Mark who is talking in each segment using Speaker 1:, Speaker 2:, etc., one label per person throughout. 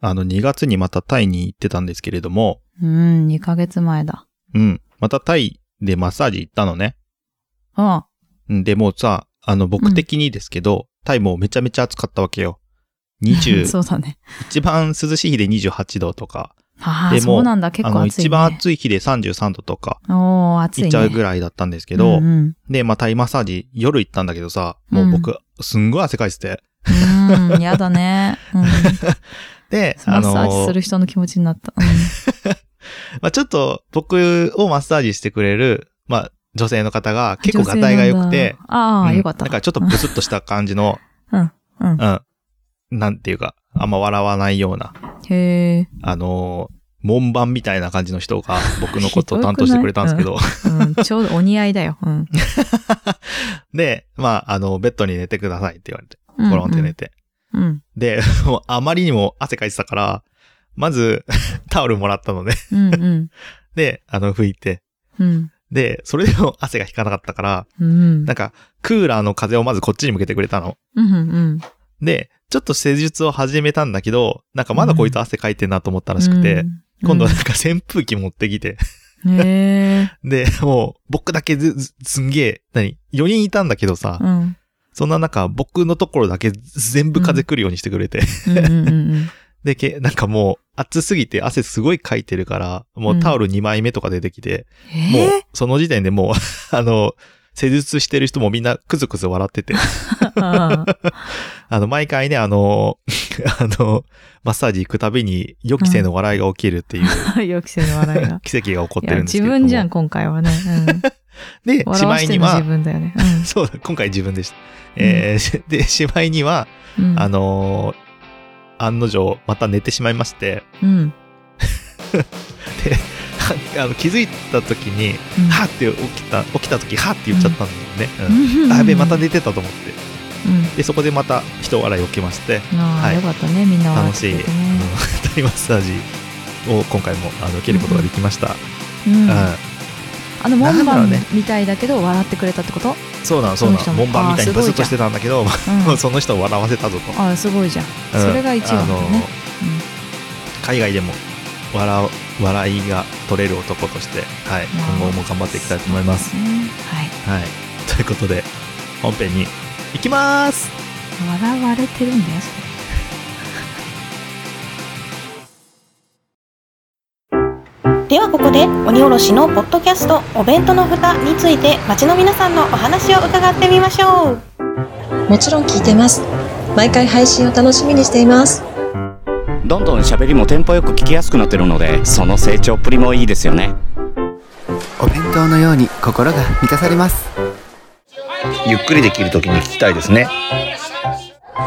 Speaker 1: あの、2月にまたタイに行ってたんですけれども、
Speaker 2: うん、2ヶ月前だ。
Speaker 1: うん。またタイでマッサージ行ったのね。
Speaker 2: あ
Speaker 1: うんで、もうさ、あの、僕的にですけど、タイもうめちゃめちゃ暑かったわけよ。
Speaker 2: あ、
Speaker 1: 20、
Speaker 2: そうだね。
Speaker 1: 一番涼しい日で28度とか、
Speaker 2: あ
Speaker 1: で
Speaker 2: あ、
Speaker 1: も
Speaker 2: そうなんだ。結
Speaker 1: あ
Speaker 2: 構
Speaker 1: の、
Speaker 2: 暑い、ね。
Speaker 1: 一番暑い日で33度とか、
Speaker 2: おー、暑い、
Speaker 1: 行
Speaker 2: ね。
Speaker 1: っちゃうぐ
Speaker 2: らい
Speaker 1: らいだったんですけど、
Speaker 2: うん、うん
Speaker 1: で、まあ、タイマッサージ夜行ったんだけどさ、もう僕、すんごい汗かいてて。
Speaker 2: うん。やだね。 うん。
Speaker 1: で、
Speaker 2: マ
Speaker 1: あ
Speaker 2: ッ
Speaker 1: の、
Speaker 2: サージする人の気持ちになった。
Speaker 1: まあ、ちょっと僕をマッサージしてくれる、まあ、女性の方が 結構
Speaker 2: 女
Speaker 1: ガ
Speaker 2: 性なんだ
Speaker 1: タイが良くて、。
Speaker 2: ああ、
Speaker 1: うん
Speaker 2: よかった。
Speaker 1: なんかちょっとブスッとした感じ の、
Speaker 2: うん。うん。
Speaker 1: うん、なんていうか、あんま笑わないような、
Speaker 2: へえ。
Speaker 1: あのー門番みたいな感じの人が僕のことを担当してくれたんですけど、
Speaker 2: うん。ちょうどお似合いだ よ。うん。
Speaker 1: で、まあ、あの、ベッドに寝てくださいって言われて、
Speaker 2: うん
Speaker 1: コロンって寝て。
Speaker 2: うん。
Speaker 1: で、 もうあまりにも汗かいてたから、まず、 タオルもらったのね。
Speaker 2: うん。うん。
Speaker 1: で、あの、拭いて。
Speaker 2: うん。
Speaker 1: で、それでも汗が引かなかったから、
Speaker 2: うん。
Speaker 1: なんか、クーラーの風をまずこっちに向けてくれたの。
Speaker 2: うん。うん。
Speaker 1: で、ちょっと施術を始めたんだけど、なんかまだこいつ汗かいてんなと思ったらしくて、
Speaker 2: うん、
Speaker 1: 今度はなんか扇風機持ってきて、
Speaker 2: うん。へえ。
Speaker 1: で、もう僕だけず、ずすんげえ、何 ?4 人いたんだけどさ、
Speaker 2: うん。
Speaker 1: そんな中僕のところだけ全部風来るようにしてくれて、
Speaker 2: うん。うんうん。
Speaker 1: で、け、なんかもう暑すぎて汗すごいかいてるから、もうタオル2枚目とか出てきて、
Speaker 2: え
Speaker 1: も
Speaker 2: え。
Speaker 1: うその時点でもう、 あの、施術してる人もみんなクズクズ笑 ってて、
Speaker 2: ああ
Speaker 1: あの、毎回ね、あの、 あの、マッサージ行くたびに予期せぬ笑いが起きるっていう。
Speaker 2: 予期せぬ笑いが
Speaker 1: 奇跡が起こっ
Speaker 2: い
Speaker 1: てる
Speaker 2: や
Speaker 1: んですけ
Speaker 2: 自
Speaker 1: れども。
Speaker 2: 分じゃん、今回はね。
Speaker 1: で
Speaker 2: う ん、、
Speaker 1: し
Speaker 2: 笑わ
Speaker 1: ま
Speaker 2: し
Speaker 1: い
Speaker 2: て
Speaker 1: に
Speaker 2: るの自
Speaker 1: は、
Speaker 2: 分だよね。
Speaker 1: そうだ、今回自分でした。えーしで、しまいには、
Speaker 2: うん。うん
Speaker 1: あ、のー案の定、また寝てしまいまして、
Speaker 2: うん。うん
Speaker 1: あの気づいた時に、はーって起きた、起きた時、はーって言っちゃったんだよね。うんあやべえ、また。寝てたと思って。
Speaker 2: うん。
Speaker 1: で、そこでまた人笑い起きまして、
Speaker 2: あ
Speaker 1: は
Speaker 2: あ、
Speaker 1: い
Speaker 2: よかったね、みんな笑
Speaker 1: 楽
Speaker 2: っ
Speaker 1: しい、
Speaker 2: て
Speaker 1: うん
Speaker 2: くれてね。
Speaker 1: タイマッサージを今回もあの受けることができました。
Speaker 2: うん
Speaker 1: うん
Speaker 2: あの門
Speaker 1: なんだろう
Speaker 2: 番
Speaker 1: ね
Speaker 2: みたいだけど笑ってくれたってこと
Speaker 1: そうなの、そうな
Speaker 2: その人
Speaker 1: の。
Speaker 2: も
Speaker 1: 門番みたいに
Speaker 2: あーすご
Speaker 1: ブ
Speaker 2: い
Speaker 1: スッとしてたんだけど、
Speaker 2: うん
Speaker 1: その人を笑わせたぞと。
Speaker 2: ああすごいじゃん
Speaker 1: うん
Speaker 2: それが一番だ
Speaker 1: あの
Speaker 2: ね
Speaker 1: 海外でも笑う笑いが取れる男として、はい、
Speaker 2: まあ
Speaker 1: 今後も頑張っていきたいと思います。
Speaker 2: ねはい
Speaker 1: はい、ということで本編に行きます
Speaker 2: 笑われてるんだよそれ
Speaker 3: ではここで鬼おろしのポッドキャストお弁当の蓋について町の皆さんのお話を伺ってみましょう
Speaker 4: もちろん聞いてます。毎回配信を楽しみにしています。
Speaker 5: どんどん喋りもテンポよく聞きやすくなってるのでその成長っぷりもいいですよね
Speaker 6: お弁当のように心が満たされます
Speaker 7: ゆっくりできるときに聞きたいですね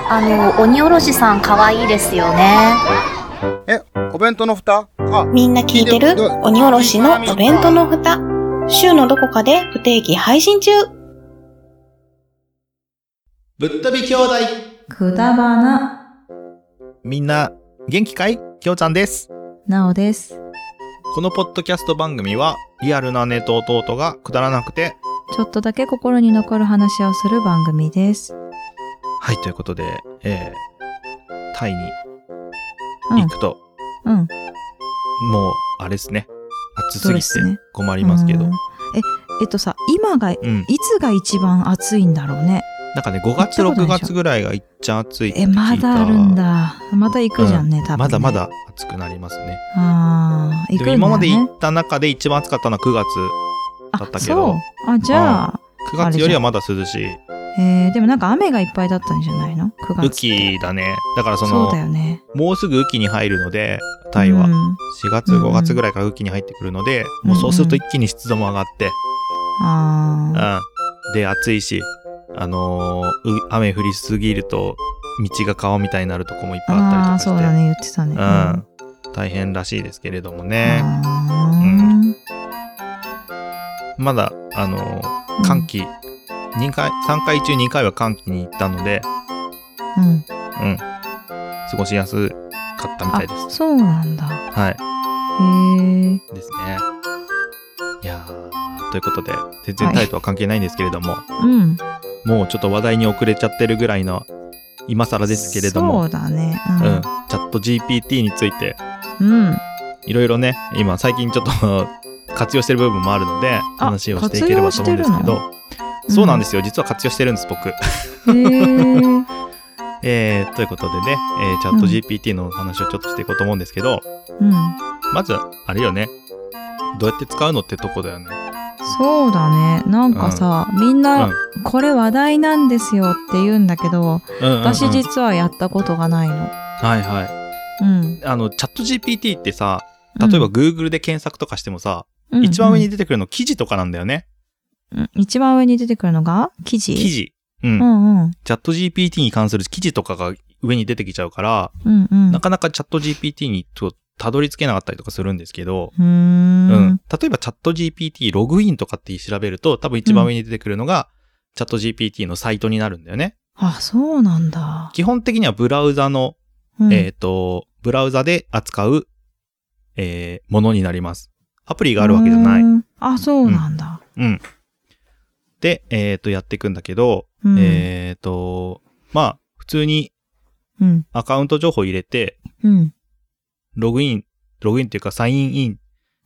Speaker 8: あの鬼おろしさん可愛いですよね。
Speaker 9: え、お弁当の蓋あ、
Speaker 3: みんな聞いてる鬼おろしのお弁当の蓋週のどこかで不定期配信中
Speaker 1: ぶっ飛び兄弟
Speaker 2: くだばな
Speaker 1: みんな元気かいきょうちゃんです
Speaker 2: なおです
Speaker 1: このポッドキャスト番組はリアルな姉と弟がくだらなくて
Speaker 2: ちょっとだけ心に残る話をする番組です
Speaker 1: はいということで、えー、タイに
Speaker 2: うん
Speaker 1: 行くと、
Speaker 2: うん
Speaker 1: もうあれですね暑
Speaker 2: そう
Speaker 1: す
Speaker 2: で
Speaker 1: ぎ
Speaker 2: すね
Speaker 1: て困りますけど
Speaker 2: うんええっとさ今がい
Speaker 1: うん、
Speaker 2: つが一番暑いんだろうね
Speaker 1: なんかね5月
Speaker 2: 行ったこと
Speaker 1: 6
Speaker 2: ないでしょ
Speaker 1: 月ぐらいがいっちゃ暑いって聞
Speaker 2: え
Speaker 1: いた
Speaker 2: まだあるんだまた行くじゃんね、多分ね
Speaker 1: まだまだ暑くなりますね。
Speaker 2: ああ行
Speaker 1: で
Speaker 2: くん
Speaker 1: も
Speaker 2: だ、ね、
Speaker 1: 今まで行った中で一番暑かったのは9月。だったけど
Speaker 2: あそうあじゃあ、
Speaker 1: 9月よりはまだ涼しい。
Speaker 2: えー、でもなんか雨がいっぱいだったんじゃないの ?9
Speaker 1: 雨
Speaker 2: 月って。
Speaker 1: 季だね。だからそ
Speaker 2: そ
Speaker 1: の
Speaker 2: うだ、よね。
Speaker 1: もうすぐ雨季に入るので、タイは。
Speaker 2: うん
Speaker 1: 4月、
Speaker 2: うんう
Speaker 1: 5
Speaker 2: ん
Speaker 1: 月ぐらいから雨季に入ってくるので、
Speaker 2: うん
Speaker 1: もうそうすると一気に湿度も上がって、
Speaker 2: あ
Speaker 1: う
Speaker 2: ー
Speaker 1: ん。で、暑いし、あのーう雨降りすぎると、道が川みたいになるとこもいっぱいあった
Speaker 2: あ
Speaker 1: り
Speaker 2: ー、
Speaker 1: とかして。
Speaker 2: そうだね、言ってたね。
Speaker 1: う。ん。大変らしいですけれどもね。
Speaker 2: あ
Speaker 1: まだ、あのー
Speaker 2: ー
Speaker 1: 寒気、2回、3回中2回は寒気に行ったので、
Speaker 2: うんう
Speaker 1: う
Speaker 2: ん
Speaker 1: ん。過ごしやすかったみた
Speaker 2: あ
Speaker 1: いです。
Speaker 2: そうなんだ。
Speaker 1: はい。
Speaker 2: へえ。
Speaker 1: ですね。いやー、ということで、全然タイとは関係ないんですけれども、
Speaker 2: うん。
Speaker 1: もうちょっと話題に遅れちゃってるぐらいの今更ですけれども、
Speaker 2: そうだね。
Speaker 1: うん、チャット GPT について、
Speaker 2: うん。うん。
Speaker 1: いろいろね、今最近ちょっと 活用してる部分もあるので、
Speaker 2: あ
Speaker 1: 話をしていければと思うんですけ
Speaker 2: 活用
Speaker 1: ど、そうなんですよ。実は活用してるんです、僕。
Speaker 2: へー
Speaker 1: えー、ということでね、えー、チャット GPT のお話をちょっとしていこうと思うんですけど、
Speaker 2: うん。
Speaker 1: まず、あれよね。どうやって使うのってとこだよね。
Speaker 2: そうだね。なんかさ、みん
Speaker 1: う、
Speaker 2: なんこれ話題なんですよって言うんだけど、
Speaker 1: うんうんうん
Speaker 2: 私実はやったことがないの。
Speaker 1: はいはい。
Speaker 2: うん。
Speaker 1: あの、チャット GPT ってさ、例えば Google で検索とかしてもさ、
Speaker 2: うん、
Speaker 1: 一番上に
Speaker 2: うん、
Speaker 1: 出てくるの記事とかなんだよね。
Speaker 2: うん一番上に出てくるのが記事
Speaker 1: 記事。う。
Speaker 2: うんんうん。
Speaker 1: チャット GPT に関する記事とかが上に出てきちゃうから、
Speaker 2: うんうん。
Speaker 1: なかなかチャット GPT にとたどり着けなかったりとかするんですけど、
Speaker 2: うー。
Speaker 1: うんん。例えばチャット GPT ログインとかって調べると、多分一番上に出てくるのが、チャット GPT のサイトになるんだよね。
Speaker 2: あ、そうなんだ。
Speaker 1: 基本的にはブラウザの
Speaker 2: うん、。
Speaker 1: えっ、と、ブラウザで扱う、えーものになります。アプリがあるわけじゃないう
Speaker 2: ーん。あ、そうなんだ。
Speaker 1: うん。で、えっ、と、やっていくんだけど、
Speaker 2: うん。
Speaker 1: えっ、と、まあ、普通に
Speaker 2: うん。
Speaker 1: アカウント情報入れて、
Speaker 2: うん。
Speaker 1: ログイン、ログインっていうかサインイン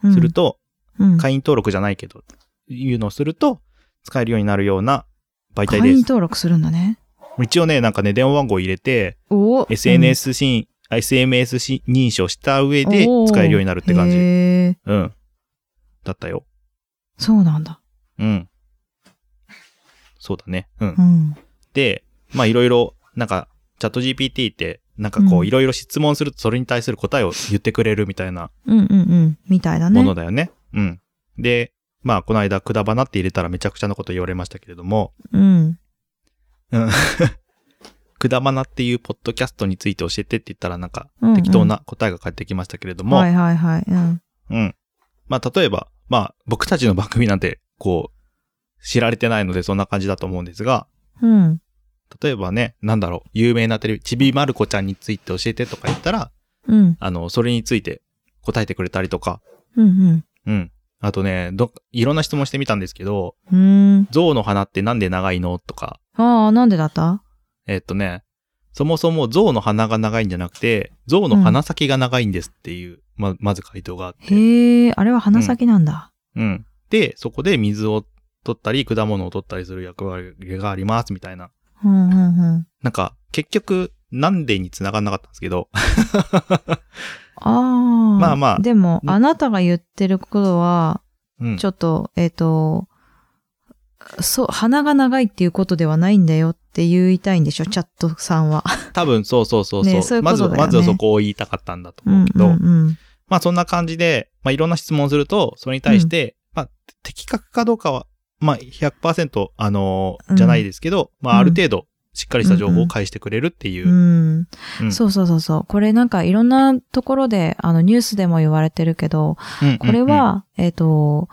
Speaker 2: うん
Speaker 1: する、と、
Speaker 2: うん、
Speaker 1: 会員登録じゃないけど、いうのをすると、使えるようになるような媒体
Speaker 2: 会
Speaker 1: で
Speaker 2: 員
Speaker 1: す。
Speaker 2: 登録するんだね。
Speaker 1: 一応ね、なんかね、電話番号入れて、
Speaker 2: お
Speaker 1: SNS 信、SMS し認証した上で
Speaker 2: おー
Speaker 1: 使えるようになるって感じ。
Speaker 2: へえ、
Speaker 1: うん。だったよ。
Speaker 2: そうなんだ。
Speaker 1: うん。そうだね。うん
Speaker 2: う。ん。
Speaker 1: で、まあいろいろ、なんか、チャット GPT って、なんかこ
Speaker 2: う
Speaker 1: うんいろいろ質問するとそれに対する答えを言ってくれるみたいな
Speaker 2: うんうんうん。みたいだね。
Speaker 1: ものだよね。うん。で、まあこの間、くだばなって入れたらめちゃくちゃなこと言われましたけれども、
Speaker 2: うん。
Speaker 1: うん。くだばなっていうポッドキャストについて教えてって言ったらなんか
Speaker 2: うんうん
Speaker 1: 適当な答えが返ってきましたけれども、
Speaker 2: はいはいはい。うん。
Speaker 1: うん。まあ、例えば、まあ、僕たちの番組なんて、こう、知られてないので、そんな感じだと思うんですが、
Speaker 2: うん。
Speaker 1: 例えばね、なんだろう、有名なテレビ、ちびまる子ちゃんについて教えてとか言ったら、
Speaker 2: うん。
Speaker 1: あの、それについて答えてくれたりとか、
Speaker 2: うん。
Speaker 1: うん。あとね、ど、いろんな質問してみたんですけど、
Speaker 2: うん。うーん。
Speaker 1: 象の花ってなんで長いのとか、
Speaker 2: ああ、なんでだった
Speaker 1: えっとね、そもそも象の鼻が長いんじゃなくて、象の鼻先が長いんですっていう、ま、まず回答があって。
Speaker 2: へえ、あれは鼻先なんだ。
Speaker 1: うん。で、そこで水を取ったり、果物を取ったりする役割があります、みたいな。
Speaker 2: うんうんうん。
Speaker 1: なんか、結局、なんでに繋がんなかったんですけど。
Speaker 2: ああ。
Speaker 1: まあまあ
Speaker 2: でも、
Speaker 1: うん
Speaker 2: あなたが言ってることは、
Speaker 1: うん。
Speaker 2: ちょっと、えっ、と、そう、鼻が長いっていうことではないんだよって言いたいんでしょ、チャットさんは。
Speaker 1: 多分、そうそうそうそう。
Speaker 2: ねそういうこ
Speaker 1: ま
Speaker 2: と
Speaker 1: ず、
Speaker 2: だよね
Speaker 1: まずはそこを言いたかったんだと
Speaker 2: うん
Speaker 1: 思うけど。
Speaker 2: うん
Speaker 1: まあ、そんな感じで、まあ、いろんな質問すると、それに対して、まあ、的確かどうかは、まあ、100%、あのー
Speaker 2: うん
Speaker 1: じゃないですけど、まあ、ある程度、しっかりした情報
Speaker 2: うんう
Speaker 1: を
Speaker 2: ん
Speaker 1: 返してくれるっていうう。
Speaker 2: ん。うん。
Speaker 1: うん
Speaker 2: そうそうそうそう。これなんかいろんなところで、あのニュースでも言われてるけど、
Speaker 1: うん
Speaker 2: これ、は、えっ、と、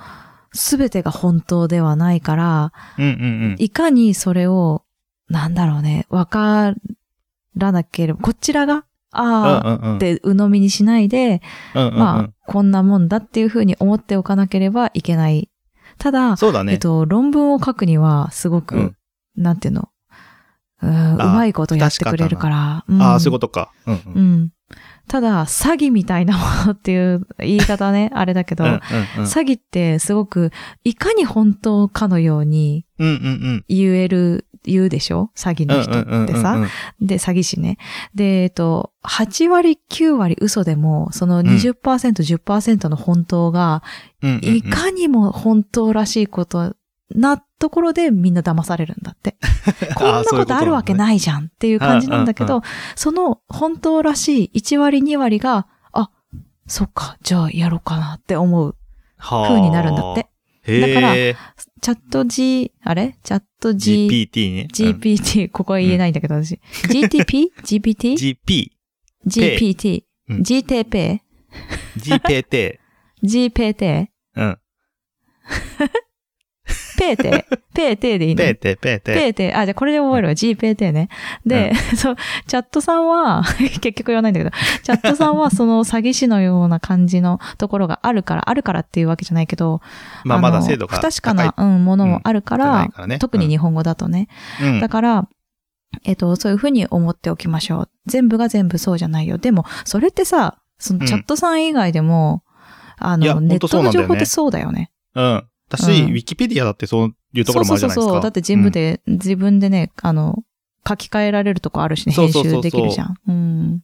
Speaker 2: すべてが本当ではないから、
Speaker 1: うんうんうん。
Speaker 2: いかにそれを、なんだろうね、わからなければ、こちらが、ああ、
Speaker 1: うんうんうん
Speaker 2: って鵜呑みにしないで、
Speaker 1: うんうんうん
Speaker 2: まあ、こんなもんだっていうふうに思っておかなければいけない。ただ、
Speaker 1: そうだね。
Speaker 2: えっと、論文を書くには、すごく、
Speaker 1: うん
Speaker 2: なんていうの、うーう
Speaker 1: あー
Speaker 2: まいことやってくれるから。。
Speaker 1: ああ、そういうこととか。うんうん。
Speaker 2: うん。ただ、詐欺みたいなものっていう言い方ね、あれだけど、
Speaker 1: うんうんうん
Speaker 2: 詐欺ってすごく、いかに本当かのように
Speaker 1: うんうん
Speaker 2: 言える、言うでしょ詐欺
Speaker 1: うん。
Speaker 2: の人って
Speaker 1: うんうんうんうん
Speaker 2: さ。で、詐欺師ね。で、えっと、8割、9割嘘でも、その20%、10%の本当が、
Speaker 1: うんうんうん
Speaker 2: いかにも本当らしいことなところでみんな騙されるんだ って。こんな
Speaker 1: そういうことなの
Speaker 2: こと
Speaker 1: ね
Speaker 2: あるわけないじゃんっていう感じなんだけど、その本当らしい1割2割が、あ、そっか、じゃあやろうかなって思う風になるんだって。。
Speaker 1: へえ。
Speaker 2: チャット G、あれチャット G、
Speaker 1: GPT ね。うん。
Speaker 2: GPT、ここは言えないんだけど私。GTP? GPT?
Speaker 1: GP。
Speaker 2: GPT?
Speaker 1: うん
Speaker 2: GTP?
Speaker 1: GPT。
Speaker 2: GPT?
Speaker 1: うん。
Speaker 2: ペーテーペーテーでいい の
Speaker 1: ペーテペー
Speaker 2: ペ
Speaker 1: テ。
Speaker 2: ーテー、あ、じゃあこれで覚えるわ。GPT ね。で、 そう、チャットさんは、 結局言わないんだけど、チャットさんはその詐欺師のような感じのところがあるから、あるからっていうわけじゃないけど、
Speaker 1: まあ
Speaker 2: の
Speaker 1: まだ精度が
Speaker 2: 不
Speaker 1: 高い。
Speaker 2: 確かな、うん、ものもあるか
Speaker 1: うんじゃな
Speaker 2: ら
Speaker 1: いからね、
Speaker 2: 特に日本語だとね。
Speaker 1: うん。
Speaker 2: だから、えっと、そういうふうに思っておきましょう。全部が全部そうじゃないよ。でも、それってさ、そのチャットさん以外でも、あ
Speaker 1: いや
Speaker 2: の、ネ
Speaker 1: ほん
Speaker 2: ッ
Speaker 1: と
Speaker 2: ト
Speaker 1: そ
Speaker 2: の
Speaker 1: うなんだよね
Speaker 2: 情報ってそうだよね。
Speaker 1: うん。だし、
Speaker 2: うん
Speaker 1: ウィキペディアだってそういうところもあるじゃないですか。
Speaker 2: そうそうそうそう。だって全部で、自分でね、あの、書き換えられるとこあるしね、
Speaker 1: そう
Speaker 2: 編
Speaker 1: そうそうそ
Speaker 2: 集
Speaker 1: う
Speaker 2: できるじゃん。うん。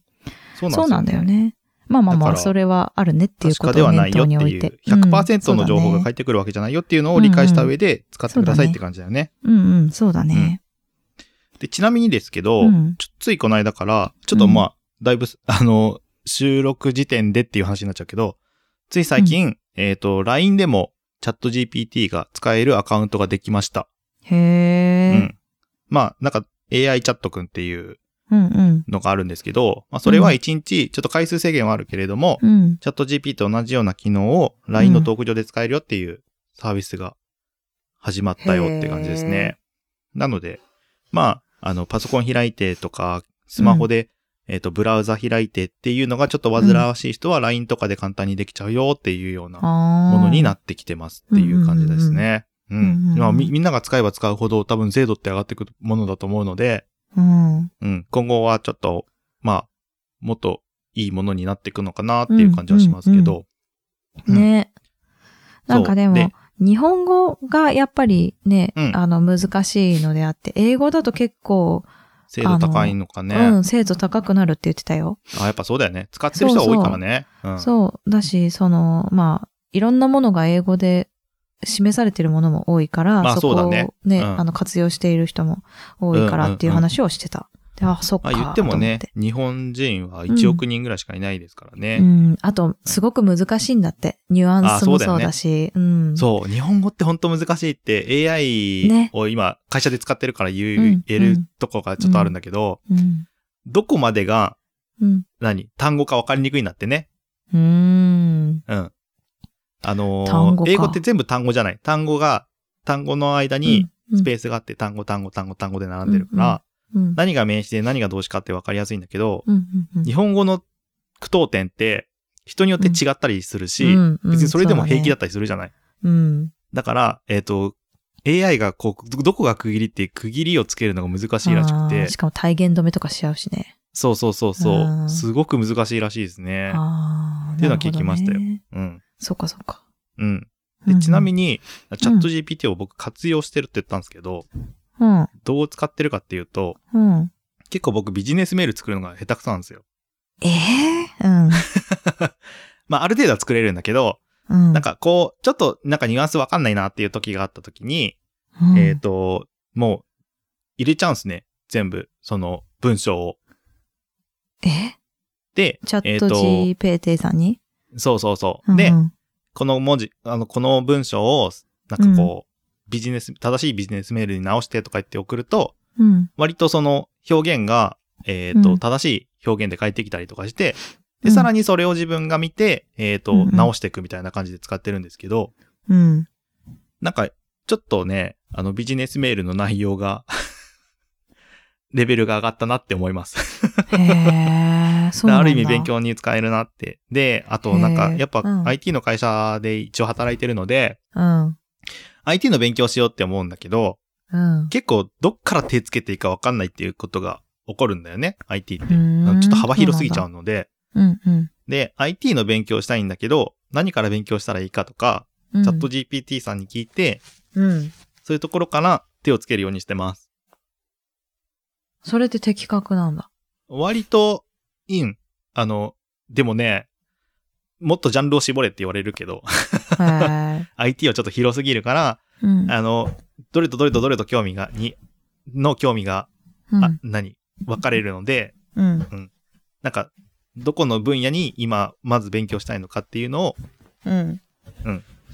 Speaker 1: うん、
Speaker 2: そうなんだよ。ね。まあまあま
Speaker 1: だ
Speaker 2: あ、
Speaker 1: から
Speaker 2: それはあるねっていう
Speaker 1: 確
Speaker 2: こ
Speaker 1: かで
Speaker 2: とを
Speaker 1: はな
Speaker 2: 念
Speaker 1: いよ
Speaker 2: 頭
Speaker 1: って
Speaker 2: に置
Speaker 1: い
Speaker 2: いて
Speaker 1: う。、100%の情報が返
Speaker 2: 書いて
Speaker 1: ってくるわけじゃないよっていうのを理解した上で使ってくださいって感じだよね。
Speaker 2: うんうん、そうだね。
Speaker 1: で、ちなみにですけど、
Speaker 2: うん
Speaker 1: ちょついこの間から、ちょっとまあ、だいぶ、 あの、収録時点でっていう話になっちゃうけど、つい最近、えっ、と、LINE でもチャット GPT が使えるアカウントができました。
Speaker 2: へ
Speaker 1: う
Speaker 2: え。
Speaker 1: ん。まあ、なんか AI チャットくんっていう
Speaker 2: うんうん。
Speaker 1: のがあるんですけど、まあ、それは1日、ちょっと回数制限はあるけれども、
Speaker 2: うん。
Speaker 1: チャット GP と同じような機能を LINE のトーク上で使えるよっていうサービスが始まったよって感じですね。なので、まあ、あの、パソコン開いてとか、スマホで、えっ、と、ブラウザ開いてっていうのがちょっと煩わしい人は LINE とかで簡単にできちゃうよっていうようなも
Speaker 2: ああ。
Speaker 1: のになってきてますっていう感じですね。うん
Speaker 2: うんうんうんうんうん
Speaker 1: まあみ。みんなが使えば使うほど多分精度って上がってくるものだと思うので、
Speaker 2: うん。
Speaker 1: うん、今後はちょっと、まあ、もっといいものになっていくのかなっていう感じはしますけど。うん
Speaker 2: ね。なんかでも
Speaker 1: そうで、
Speaker 2: 日本語がやっぱりね、
Speaker 1: うん
Speaker 2: あの、難しいのであって、英語だと結構、
Speaker 1: 精度高いのかね。
Speaker 2: うん、精度高くなるって言ってたよ。
Speaker 1: あ、やっぱそうだよね。使ってる人が多いからね。うん
Speaker 2: そう。だし、その、まあ、いろんなものが英語で示されてるものも多いから、
Speaker 1: まあ
Speaker 2: こ
Speaker 1: そうだ
Speaker 2: を
Speaker 1: ね
Speaker 2: ね、
Speaker 1: うん
Speaker 2: あの、活用している人も多いからっていう話をしてた。であ、そっ
Speaker 1: ま
Speaker 2: か。
Speaker 1: あ言ってもね
Speaker 2: と
Speaker 1: 日本人は1億人ぐらいしかいないですからね。
Speaker 2: 思って。うん。あと、すごく難しいんだって。ニュアンスも
Speaker 1: あそうだよ
Speaker 2: そう
Speaker 1: ね
Speaker 2: だし。うん。
Speaker 1: そう、日本語って本当難しいって
Speaker 2: ね
Speaker 1: AI を今会社で使ってるから言う、
Speaker 2: うん
Speaker 1: 言えるとこがちょっとあるんだけど、
Speaker 2: う。うん。
Speaker 1: どこまでが
Speaker 2: うん。
Speaker 1: 何単語か分かりにくいんだってね。
Speaker 2: うーん。
Speaker 1: うん。あのー
Speaker 2: 単語か
Speaker 1: 英語って全部単語じゃない。単語が、単語の間に
Speaker 2: うん、
Speaker 1: スペースがあって単語単語単語単語で並んでるから、
Speaker 2: うん。
Speaker 1: 何が名詞で何が動詞かって分かりやすいんだけど、
Speaker 2: うんうんうん
Speaker 1: 日本語の句読点って人によって違ったりするし、
Speaker 2: うんうん
Speaker 1: 別にそれでも平気だ
Speaker 2: そ
Speaker 1: ったりするじゃない。
Speaker 2: うだねうん。
Speaker 1: だから、えっ、と、AI がこう、どどこが区切りって区切りをつけるのが難しいらしく
Speaker 2: あ
Speaker 1: て
Speaker 2: ー、しかも体言止めとかしちゃうしね。
Speaker 1: そうそうそうそうう、
Speaker 2: ん
Speaker 1: すごく難しいらしいですね。
Speaker 2: ああ。
Speaker 1: っていうのは聞きましたよ
Speaker 2: なるほど
Speaker 1: う
Speaker 2: ね
Speaker 1: ん。
Speaker 2: そっかそっか。
Speaker 1: うん。
Speaker 2: う
Speaker 1: で、
Speaker 2: ん
Speaker 1: ちなみに、チャット GPT を僕活用してるって言ったんですけど、
Speaker 2: うん。
Speaker 1: どう使ってるかっていうと、
Speaker 2: うん。
Speaker 1: 結構僕ビジネスメール作るのが下手くそなんですよ。
Speaker 2: ええー
Speaker 1: まあ、ある程度は作れるんだけど、
Speaker 2: うん。う ん。
Speaker 1: なんかこう、ちょっとなんかニュアンスわかんないなっていう時があった時に、
Speaker 2: うん、
Speaker 1: えっ、と、もう、入れちゃうんですね。全部、その文章を。
Speaker 2: え
Speaker 1: で、
Speaker 2: チャ
Speaker 1: え
Speaker 2: ッ
Speaker 1: っ
Speaker 2: ト GPT さんに、
Speaker 1: と、そうそうそう。
Speaker 2: うんうん
Speaker 1: で、この文字、あの、この文章を、なんかこう、ビジネス、正しいビジネスメールに直してとか言って送ると、
Speaker 2: うん。
Speaker 1: 割とその表現が、えっ、と、
Speaker 2: うん
Speaker 1: 正しい表現で返ってきたりとかして、
Speaker 2: う
Speaker 1: で、
Speaker 2: ん
Speaker 1: さらにそれを自分が見て、えっ、と、
Speaker 2: うんうん
Speaker 1: 直していくみたいな感じで使ってるんですけど、
Speaker 2: うん。
Speaker 1: なんか、ちょっとね、あの、ビジネスメールの内容が、レベルが上がったなって思います。
Speaker 2: へえ、そう なんだ。
Speaker 1: ある意味勉。強に使えるなって。で、あと、なんか、
Speaker 2: へー
Speaker 1: やっぱ
Speaker 2: うん
Speaker 1: IT の会社で一応働いてるので、
Speaker 2: うん。
Speaker 1: IT の勉強しようって思うんだけど、
Speaker 2: うん。
Speaker 1: 結構どっから手つけていいかわかんないっていうことが起こるんだよね、IT って。
Speaker 2: うーん
Speaker 1: ちょっと幅広すぎちゃうので。
Speaker 2: うんうん。
Speaker 1: で、IT の勉強したいんだけど、何から勉強したらいいかとか、
Speaker 2: うん
Speaker 1: チャット GPT さんに聞いて、
Speaker 2: うん。
Speaker 1: そういうところから手をつけるようにしてます。
Speaker 2: それって的確なんだ。
Speaker 1: 割と、イン。あの、でもね、もっとジャンルを絞れって言われるけど、
Speaker 2: へえ。
Speaker 1: IT はちょっと広すぎるから、
Speaker 2: うん。
Speaker 1: あの、どれとどれとどれと興味が、に、の興味が、
Speaker 2: うん
Speaker 1: あ、何分かれるので、
Speaker 2: うん。
Speaker 1: なんか、どこの分野に今、まず勉強したいのかっていうのを
Speaker 2: うん。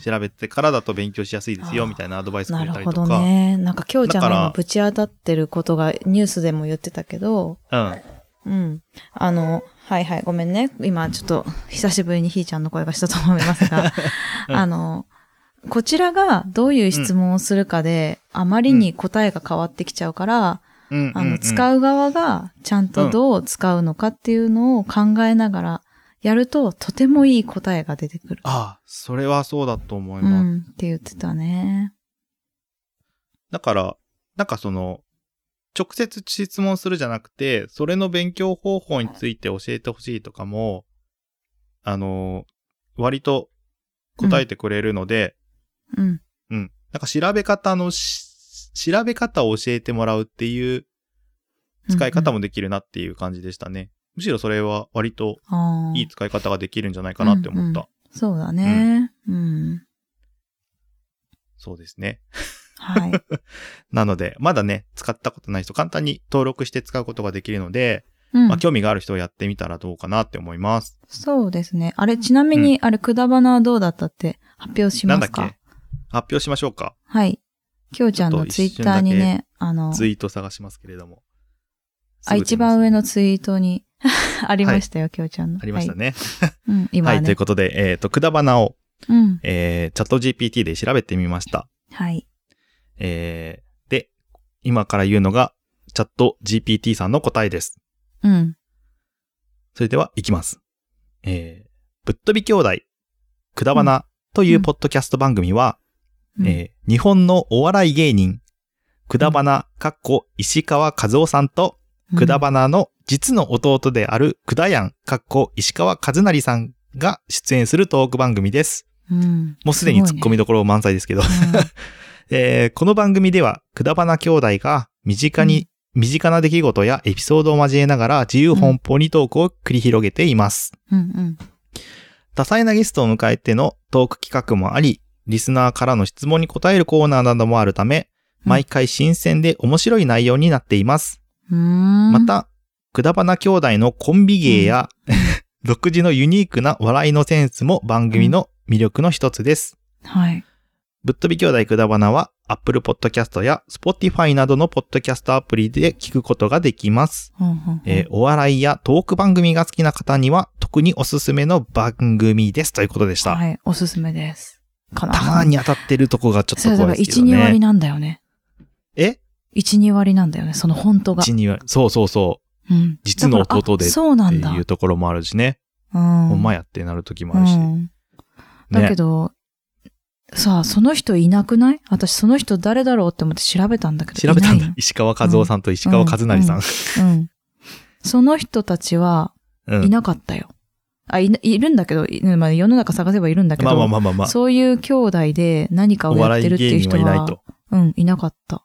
Speaker 1: 調べてからだと勉強しやすいですよ、みたいなアドバイスく
Speaker 2: な
Speaker 1: れた
Speaker 2: る
Speaker 1: り
Speaker 2: ほ
Speaker 1: と
Speaker 2: ど
Speaker 1: か。
Speaker 2: ね。なんか、きょうちゃんが
Speaker 1: だから
Speaker 2: 今ぶち当たってることがニュースでも言ってたけど、
Speaker 1: うん。
Speaker 2: うん。あの、はいはい、ごめんね。今、ちょっと、久しぶりにひーちゃんの声がしたと思いま すが、
Speaker 1: うん
Speaker 2: あの、こちらがどういう質問をするかで、あまりに答えが変わってきちゃうから、
Speaker 1: うんうん、
Speaker 2: あ
Speaker 1: うん
Speaker 2: の、使う側がちゃんとどう使うのかっていうのを考えながらやると、とてもいい答えが出てくる。
Speaker 1: ああ、それはそうだと思いうます。
Speaker 2: ん、って言ってたね。
Speaker 1: だから、なんかその、直接質問するじゃなくて、それの勉強方法について教えてほしいとかも、あの、割と答えてくれるので、
Speaker 2: うん。
Speaker 1: うん。なんか調べ方のし、調べ方を教えてもらうっていう使い方もできるなっていう感じでしたね。むしろそれは割と
Speaker 2: ああ。
Speaker 1: いい使い方ができるんじゃないかなって思った。
Speaker 2: そうだね。うん。
Speaker 1: そうですね。
Speaker 2: はい。
Speaker 1: なので、まだね、使ったことない人、簡単に登録して使うことができるので、
Speaker 2: うん
Speaker 1: まあ、興味がある人はやってみたらどうかなって思います。
Speaker 2: そうですね。あれ、ちなみに、あれ、くだばなはどうだったって発表し
Speaker 1: なんだっ
Speaker 2: ます
Speaker 1: け
Speaker 2: か
Speaker 1: 発表しましょうか。
Speaker 2: はい。きょうちゃんのツイッターにね、あの、
Speaker 1: ツイート探しますけれども。
Speaker 2: あ、
Speaker 1: すぐ出
Speaker 2: 一
Speaker 1: ます
Speaker 2: 番上のツイートに ありましたよ、きょうちゃんの。
Speaker 1: ありましたね。
Speaker 2: はい。うん、今
Speaker 1: は
Speaker 2: ね。
Speaker 1: い、ということで、えっ、と、くだばなを、
Speaker 2: うん。
Speaker 1: えー、チャット GPT で調べてみました。
Speaker 2: はい。
Speaker 1: えー、で、今から言うのが、チャット GPT さんの答えです。
Speaker 2: うん。
Speaker 1: それでは、いきます。えー、ぶっ飛び兄弟、くだばなというポッドキャスト番組は、
Speaker 2: うん
Speaker 1: えー日本のお笑い芸人、くだばな、かっこ石川和夫さんと、くだばなの実の弟であるくだやん、かっこ石川和成さんが出演するトーク番組です。
Speaker 2: うん。うん。
Speaker 1: もうすでに突っ込みどころ満載ですけど、えーこの番組では、くだばな兄弟が身近に、身近な出来事やエピソードを交えながら自由奔放にトークを繰り広げています。
Speaker 2: うんうん。
Speaker 1: 多彩なゲストを迎えてのトーク企画もあり、リスナーからの質問に答えるコーナーなどもあるため、
Speaker 2: うん
Speaker 1: 毎回新鮮で面白い内容になっています。
Speaker 2: うーん。
Speaker 1: ま、た、くだばな兄弟のコンビ芸や、 独自のユニークな笑いのセンスも番組の魅力の一つです。
Speaker 2: はい。
Speaker 1: ぶっ飛び兄弟くだばなは Apple Podcast や Spotify などのポッドキャストアプリで聞くことができます。
Speaker 2: うんうん
Speaker 1: えーお笑いやトーク番組が好きな方には特におすすめの番組ですということでした。
Speaker 2: はい。おすすめです。かな。
Speaker 1: たまに当たってるとこがちょっ
Speaker 2: そう
Speaker 1: と
Speaker 2: だか
Speaker 1: 怖
Speaker 2: ら
Speaker 1: いです
Speaker 2: 1、
Speaker 1: けど
Speaker 2: 2
Speaker 1: ね。
Speaker 2: 割なんだよね。
Speaker 1: え
Speaker 2: 1、2割なんだよね。その本当が。
Speaker 1: ?1、2割。そうそうそ
Speaker 2: うん。
Speaker 1: 実の弟で
Speaker 2: だからあそうな
Speaker 1: う。
Speaker 2: ん
Speaker 1: っ
Speaker 2: だ。
Speaker 1: ていうところもあるしね。
Speaker 2: うん。
Speaker 1: ほんま
Speaker 2: や。
Speaker 1: やってなる時もあるし。
Speaker 2: だけ
Speaker 1: ね。
Speaker 2: ど、さあ、その人いなくない私その人誰だろうって思って調べたんだけど。
Speaker 1: 調べたん
Speaker 2: い
Speaker 1: だ
Speaker 2: な。い
Speaker 1: 石川和夫さんと石川和成さん。
Speaker 2: のうん。その人たちは
Speaker 1: うん。
Speaker 2: いなかったよ。あ、いな、いるんだけど、いまあ、世の中探せばいるんだけど、
Speaker 1: まあまあまあまあまあ。
Speaker 2: そういう兄弟で何か
Speaker 1: お
Speaker 2: をやっ
Speaker 1: 笑
Speaker 2: てる
Speaker 1: い
Speaker 2: ってい
Speaker 1: 芸
Speaker 2: う
Speaker 1: 人
Speaker 2: 人
Speaker 1: はい
Speaker 2: は、
Speaker 1: ないと。
Speaker 2: うん、いなかった。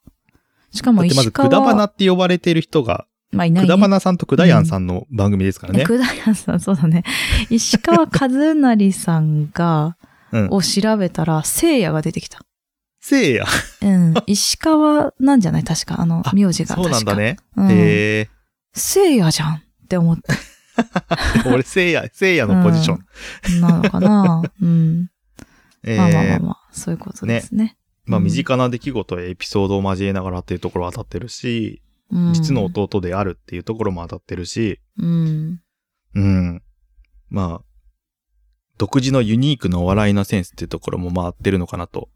Speaker 2: しか
Speaker 1: だ
Speaker 2: も
Speaker 1: ってま
Speaker 2: 石
Speaker 1: ず、
Speaker 2: 川
Speaker 1: くだばなって呼ばれてる人が、
Speaker 2: まあいない、
Speaker 1: く
Speaker 2: ね。
Speaker 1: だばなさんとくだやんさんの番組ですからね。
Speaker 2: くだやんさん、そうだね。 石川和成さんが、
Speaker 1: うん。
Speaker 2: を調べたら、聖夜が出てきた。
Speaker 1: せいや。
Speaker 2: うん。石川なんじゃない確か。あの
Speaker 1: あ、
Speaker 2: 名字が。
Speaker 1: そうなんだね。
Speaker 2: 確か。うん。
Speaker 1: へえ。
Speaker 2: 聖夜じゃんって思った。
Speaker 1: 俺、せいや、せいやのポジショ
Speaker 2: う
Speaker 1: ン。
Speaker 2: なのかな うん。
Speaker 1: え
Speaker 2: まあまあまあ
Speaker 1: え。
Speaker 2: まあ、そういうことですね。
Speaker 1: まあ、
Speaker 2: うん
Speaker 1: 身近な出来事やエピソードを交えながらっていうところは当たってるし、
Speaker 2: うん、
Speaker 1: 実の弟であるっていうところも当たってるし、
Speaker 2: うん。
Speaker 1: うん。まあ、独自のユニークなお笑いのセンスっていうところも回ってるのかなと、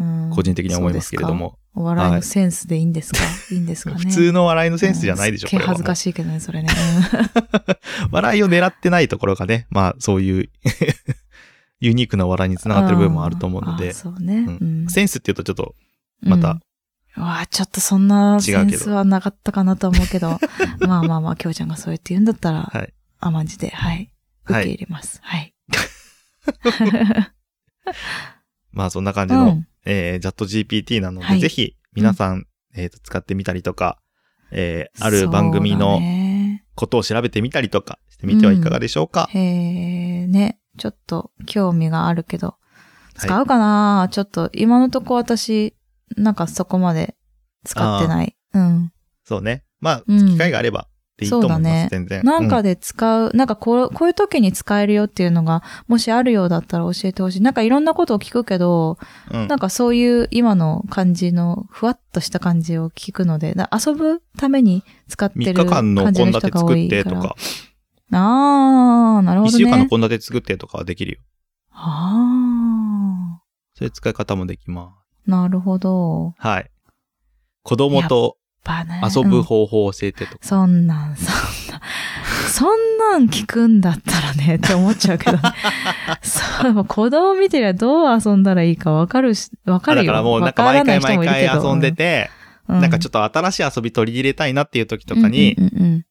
Speaker 2: うん。
Speaker 1: 個人的には思いますけれど
Speaker 2: そうで
Speaker 1: も。
Speaker 2: すか。お笑いのセンスでいいんですか、い、いんですかね。
Speaker 1: 普通の笑いのセンスじゃないでしょ、
Speaker 2: うんす
Speaker 1: こ
Speaker 2: っげ
Speaker 1: れ
Speaker 2: え
Speaker 1: は
Speaker 2: 恥ずかしいけどね、それね。
Speaker 1: 笑いを狙ってないところがね、まあそういう ユニークな笑いにつながってる部分もあると思うの
Speaker 2: あー
Speaker 1: で、
Speaker 2: そうね。
Speaker 1: うん
Speaker 2: うん
Speaker 1: センスって言うとちょっとまた、
Speaker 2: うん。うわあちょっとそんな
Speaker 1: 違
Speaker 2: セ
Speaker 1: う
Speaker 2: ン
Speaker 1: けど
Speaker 2: スはなかったかなと思う けど、まあまあまあ、きょうちゃんがそうやって言うんだったら、
Speaker 1: はい
Speaker 2: 甘んじて、はい。受
Speaker 1: はい
Speaker 2: け入れます。はい。
Speaker 1: まあそんな感じ
Speaker 2: う
Speaker 1: の、
Speaker 2: ん。
Speaker 1: えー、チャット GPT なので、
Speaker 2: はい
Speaker 1: ぜひ皆さん、えーと使ってみたりとか、えーある番組
Speaker 2: そうだ
Speaker 1: の
Speaker 2: ね
Speaker 1: ことを調べてみたりとかしてみてはいかがでしょうか。
Speaker 2: へえ、ね。ちょっと興味があるけど、使
Speaker 1: は
Speaker 2: うかな、ちょっと今のとこ私、なんかそこまで使ってない。うん。
Speaker 1: い、そうね。まあ、
Speaker 2: うん
Speaker 1: 機会があればでいいと思います、
Speaker 2: そうだね
Speaker 1: 全然。
Speaker 2: なん
Speaker 1: う
Speaker 2: かで使う、なんかこう、こういう時に使えるよっていうのが、もしあるようだったら教えてほしい。なんかいろんなことを聞くけど、
Speaker 1: うん、
Speaker 2: なんかそういう今の感じの、ふわっとした感じを聞くので、な遊ぶために使って
Speaker 1: 3
Speaker 2: る
Speaker 1: 日間
Speaker 2: 感
Speaker 1: の
Speaker 2: じ
Speaker 1: 献
Speaker 2: の
Speaker 1: 立
Speaker 2: 人が多
Speaker 1: 作っ
Speaker 2: い
Speaker 1: て
Speaker 2: か
Speaker 1: と
Speaker 2: ら。
Speaker 1: か、
Speaker 2: あー、なる
Speaker 1: 1
Speaker 2: ほど
Speaker 1: 週間の
Speaker 2: ね。
Speaker 1: 献立作ってとかはできるよ。
Speaker 2: あ
Speaker 1: そういう使い方もできます。
Speaker 2: ー、なるほど。
Speaker 1: はい。子供と
Speaker 2: バナ
Speaker 1: 遊ぶ
Speaker 2: うん
Speaker 1: 方法を教えてとか。
Speaker 2: そんなん、そんな、そんなん聞くんだったらね、って思っちゃ うけどね。そう、もう子供見てりゃどう遊んだらいいかわかるし、わか
Speaker 1: あ
Speaker 2: る
Speaker 1: だか
Speaker 2: よ。
Speaker 1: らもうなんか
Speaker 2: わ
Speaker 1: 毎
Speaker 2: らな
Speaker 1: 回
Speaker 2: い人
Speaker 1: 毎
Speaker 2: もいる
Speaker 1: 回
Speaker 2: けど
Speaker 1: 遊んで。て、
Speaker 2: うん
Speaker 1: なんかちょっと新しい遊び取り入れたいなっていう時とかに、
Speaker 2: うんうんうんうん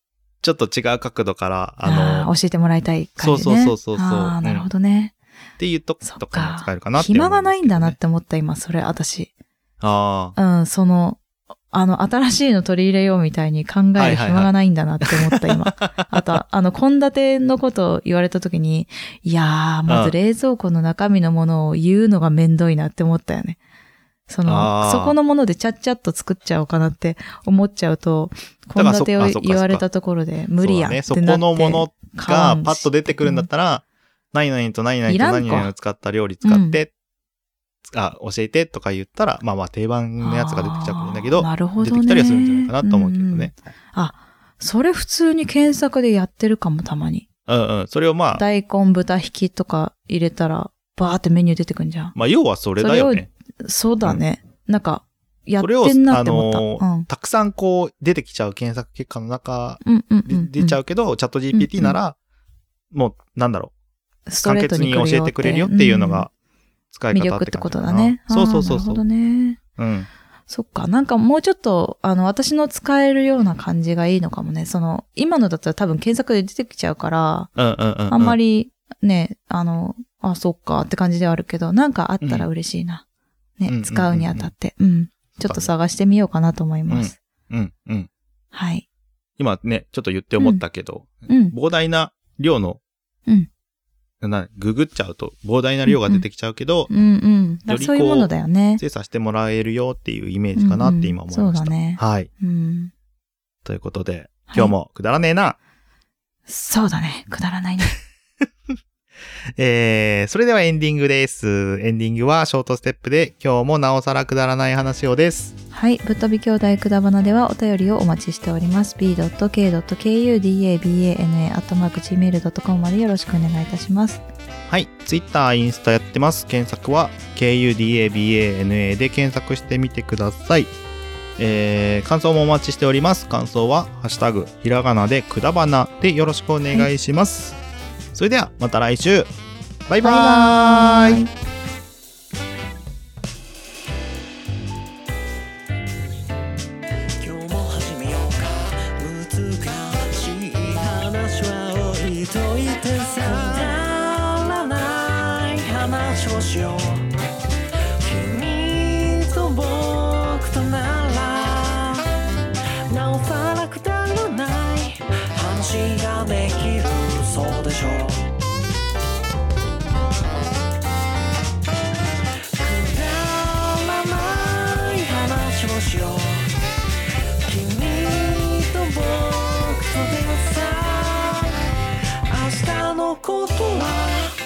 Speaker 1: ちょっと違う角度から、あ
Speaker 2: あ
Speaker 1: の、
Speaker 2: ー教えてもらいたい感じ、ね。
Speaker 1: そうそうそうそうそう
Speaker 2: あ
Speaker 1: う
Speaker 2: あ、
Speaker 1: ん
Speaker 2: なるほどね。
Speaker 1: っていうと
Speaker 2: そっ
Speaker 1: とかも使えるかな
Speaker 2: か。
Speaker 1: って思う
Speaker 2: 暇がないんだなっ
Speaker 1: です
Speaker 2: て思った、今、それ、私。
Speaker 1: けどね。あ
Speaker 2: うん、その、あの、新しいの取り入れようみたいに考
Speaker 1: は
Speaker 2: え
Speaker 1: い
Speaker 2: る
Speaker 1: はいはい
Speaker 2: 暇がないんだなって思っ た、今。あと、あの、献立のことを言われた時に、いやー、まず冷蔵庫の中身のものを言うのがめんどいなって思ったよね。そ
Speaker 1: あー
Speaker 2: の、そこのものでちゃっちゃっと作っちゃおうかなって思っちゃうと、
Speaker 1: だ
Speaker 2: 献
Speaker 1: からそ
Speaker 2: 立
Speaker 1: あそ
Speaker 2: を
Speaker 1: っか
Speaker 2: 言われたところで
Speaker 1: あ。
Speaker 2: 無理やん
Speaker 1: そう
Speaker 2: っ
Speaker 1: だ
Speaker 2: てな
Speaker 1: ね。
Speaker 2: って。
Speaker 1: そこのものがパッと出てくるんだったら、何々と何々と
Speaker 2: いらん
Speaker 1: 何
Speaker 2: こ
Speaker 1: 々を使った料理使って、あ、教えてとか言ったら、まあまあ定番のやつが出てきちゃうんだけ
Speaker 2: あ
Speaker 1: ど
Speaker 2: ー、なるほ
Speaker 1: 出
Speaker 2: ど
Speaker 1: て
Speaker 2: ね。
Speaker 1: きたりはするんじゃないかなと思うけどね。
Speaker 2: うん。あ、それ普通に検索でやってるかも、たまに。
Speaker 1: うんうん。それをまあ、
Speaker 2: 大根、豚ひきとか入れたら、バーってメニュー出てくんじゃん。
Speaker 1: まあ要はそれだよね。
Speaker 2: そうだね。なんか、やっ
Speaker 1: それを、
Speaker 2: てんな
Speaker 1: あ
Speaker 2: って思った。
Speaker 1: のー、たくさんこう出てきちゃう検索結果の中
Speaker 2: うん。うんうんう
Speaker 1: で
Speaker 2: ん。
Speaker 1: 出ちゃうけど、チャット GPT なら、もうなんだろう。
Speaker 2: スト
Speaker 1: 簡
Speaker 2: レート
Speaker 1: 潔に
Speaker 2: 来るよ
Speaker 1: 教
Speaker 2: っ
Speaker 1: え
Speaker 2: て
Speaker 1: てくれるよっていうのが、使い
Speaker 2: うん
Speaker 1: 方
Speaker 2: 魅力ってことだね。
Speaker 1: そうそうそう
Speaker 2: あー
Speaker 1: そ
Speaker 2: なるほど
Speaker 1: う。
Speaker 2: ね。
Speaker 1: うん。
Speaker 2: そっか。なんかもうちょっと、あの、私の使えるような感じがいいのかもね。その、今のだったら多分検索で出てきちゃうから、
Speaker 1: うんうんうんうん。
Speaker 2: あんまりね、あの、あ、そっかって感じではあるけど、なんかあったら嬉しいな。
Speaker 1: うんうんうんうん
Speaker 2: ね、使うにあたって。うん。ちょっと探してみようかなと思います。
Speaker 1: うんうん。
Speaker 2: はい。
Speaker 1: 今ね、ちょっと言って思ったけど、
Speaker 2: うん。
Speaker 1: 膨大な量の、
Speaker 2: うん
Speaker 1: な、ググっちゃうと膨大な量が出てきちゃうけど、
Speaker 2: うんうん。だ
Speaker 1: よりこう
Speaker 2: そういうものだよね。
Speaker 1: 精査してもらえるよっていうイメージかなって今思いました。
Speaker 2: うんうんそうだね
Speaker 1: はい。
Speaker 2: うん。
Speaker 1: ということで、
Speaker 2: はい
Speaker 1: 今日もくだらねえな。
Speaker 2: そうだね。くだらないね。
Speaker 1: えー、それではエンディングです。エンディングはショートステップで、今日もなおさらくだらない話をです。
Speaker 2: はい。ぶっ飛び兄弟くだばなではお便りをお待ちしております。b.k.kudabana.gmail.com までよろしくお願いいたします。
Speaker 1: はい、Twitter、インスタやってます。検索は KUDABANA で検索してみてください。えー、感想もお待ちしております。感想は、ハッシュタグ、ひらがなでくだばなでよろしくお願いします。それでは、また来週バイババイバーイ
Speaker 5: 今日も始めようか難しい話は置いといてさくだらない話をしよう君と僕とならなおさらくだらない話ができるそうでしょうくだらない話をしよう君と僕とでさ明日のことは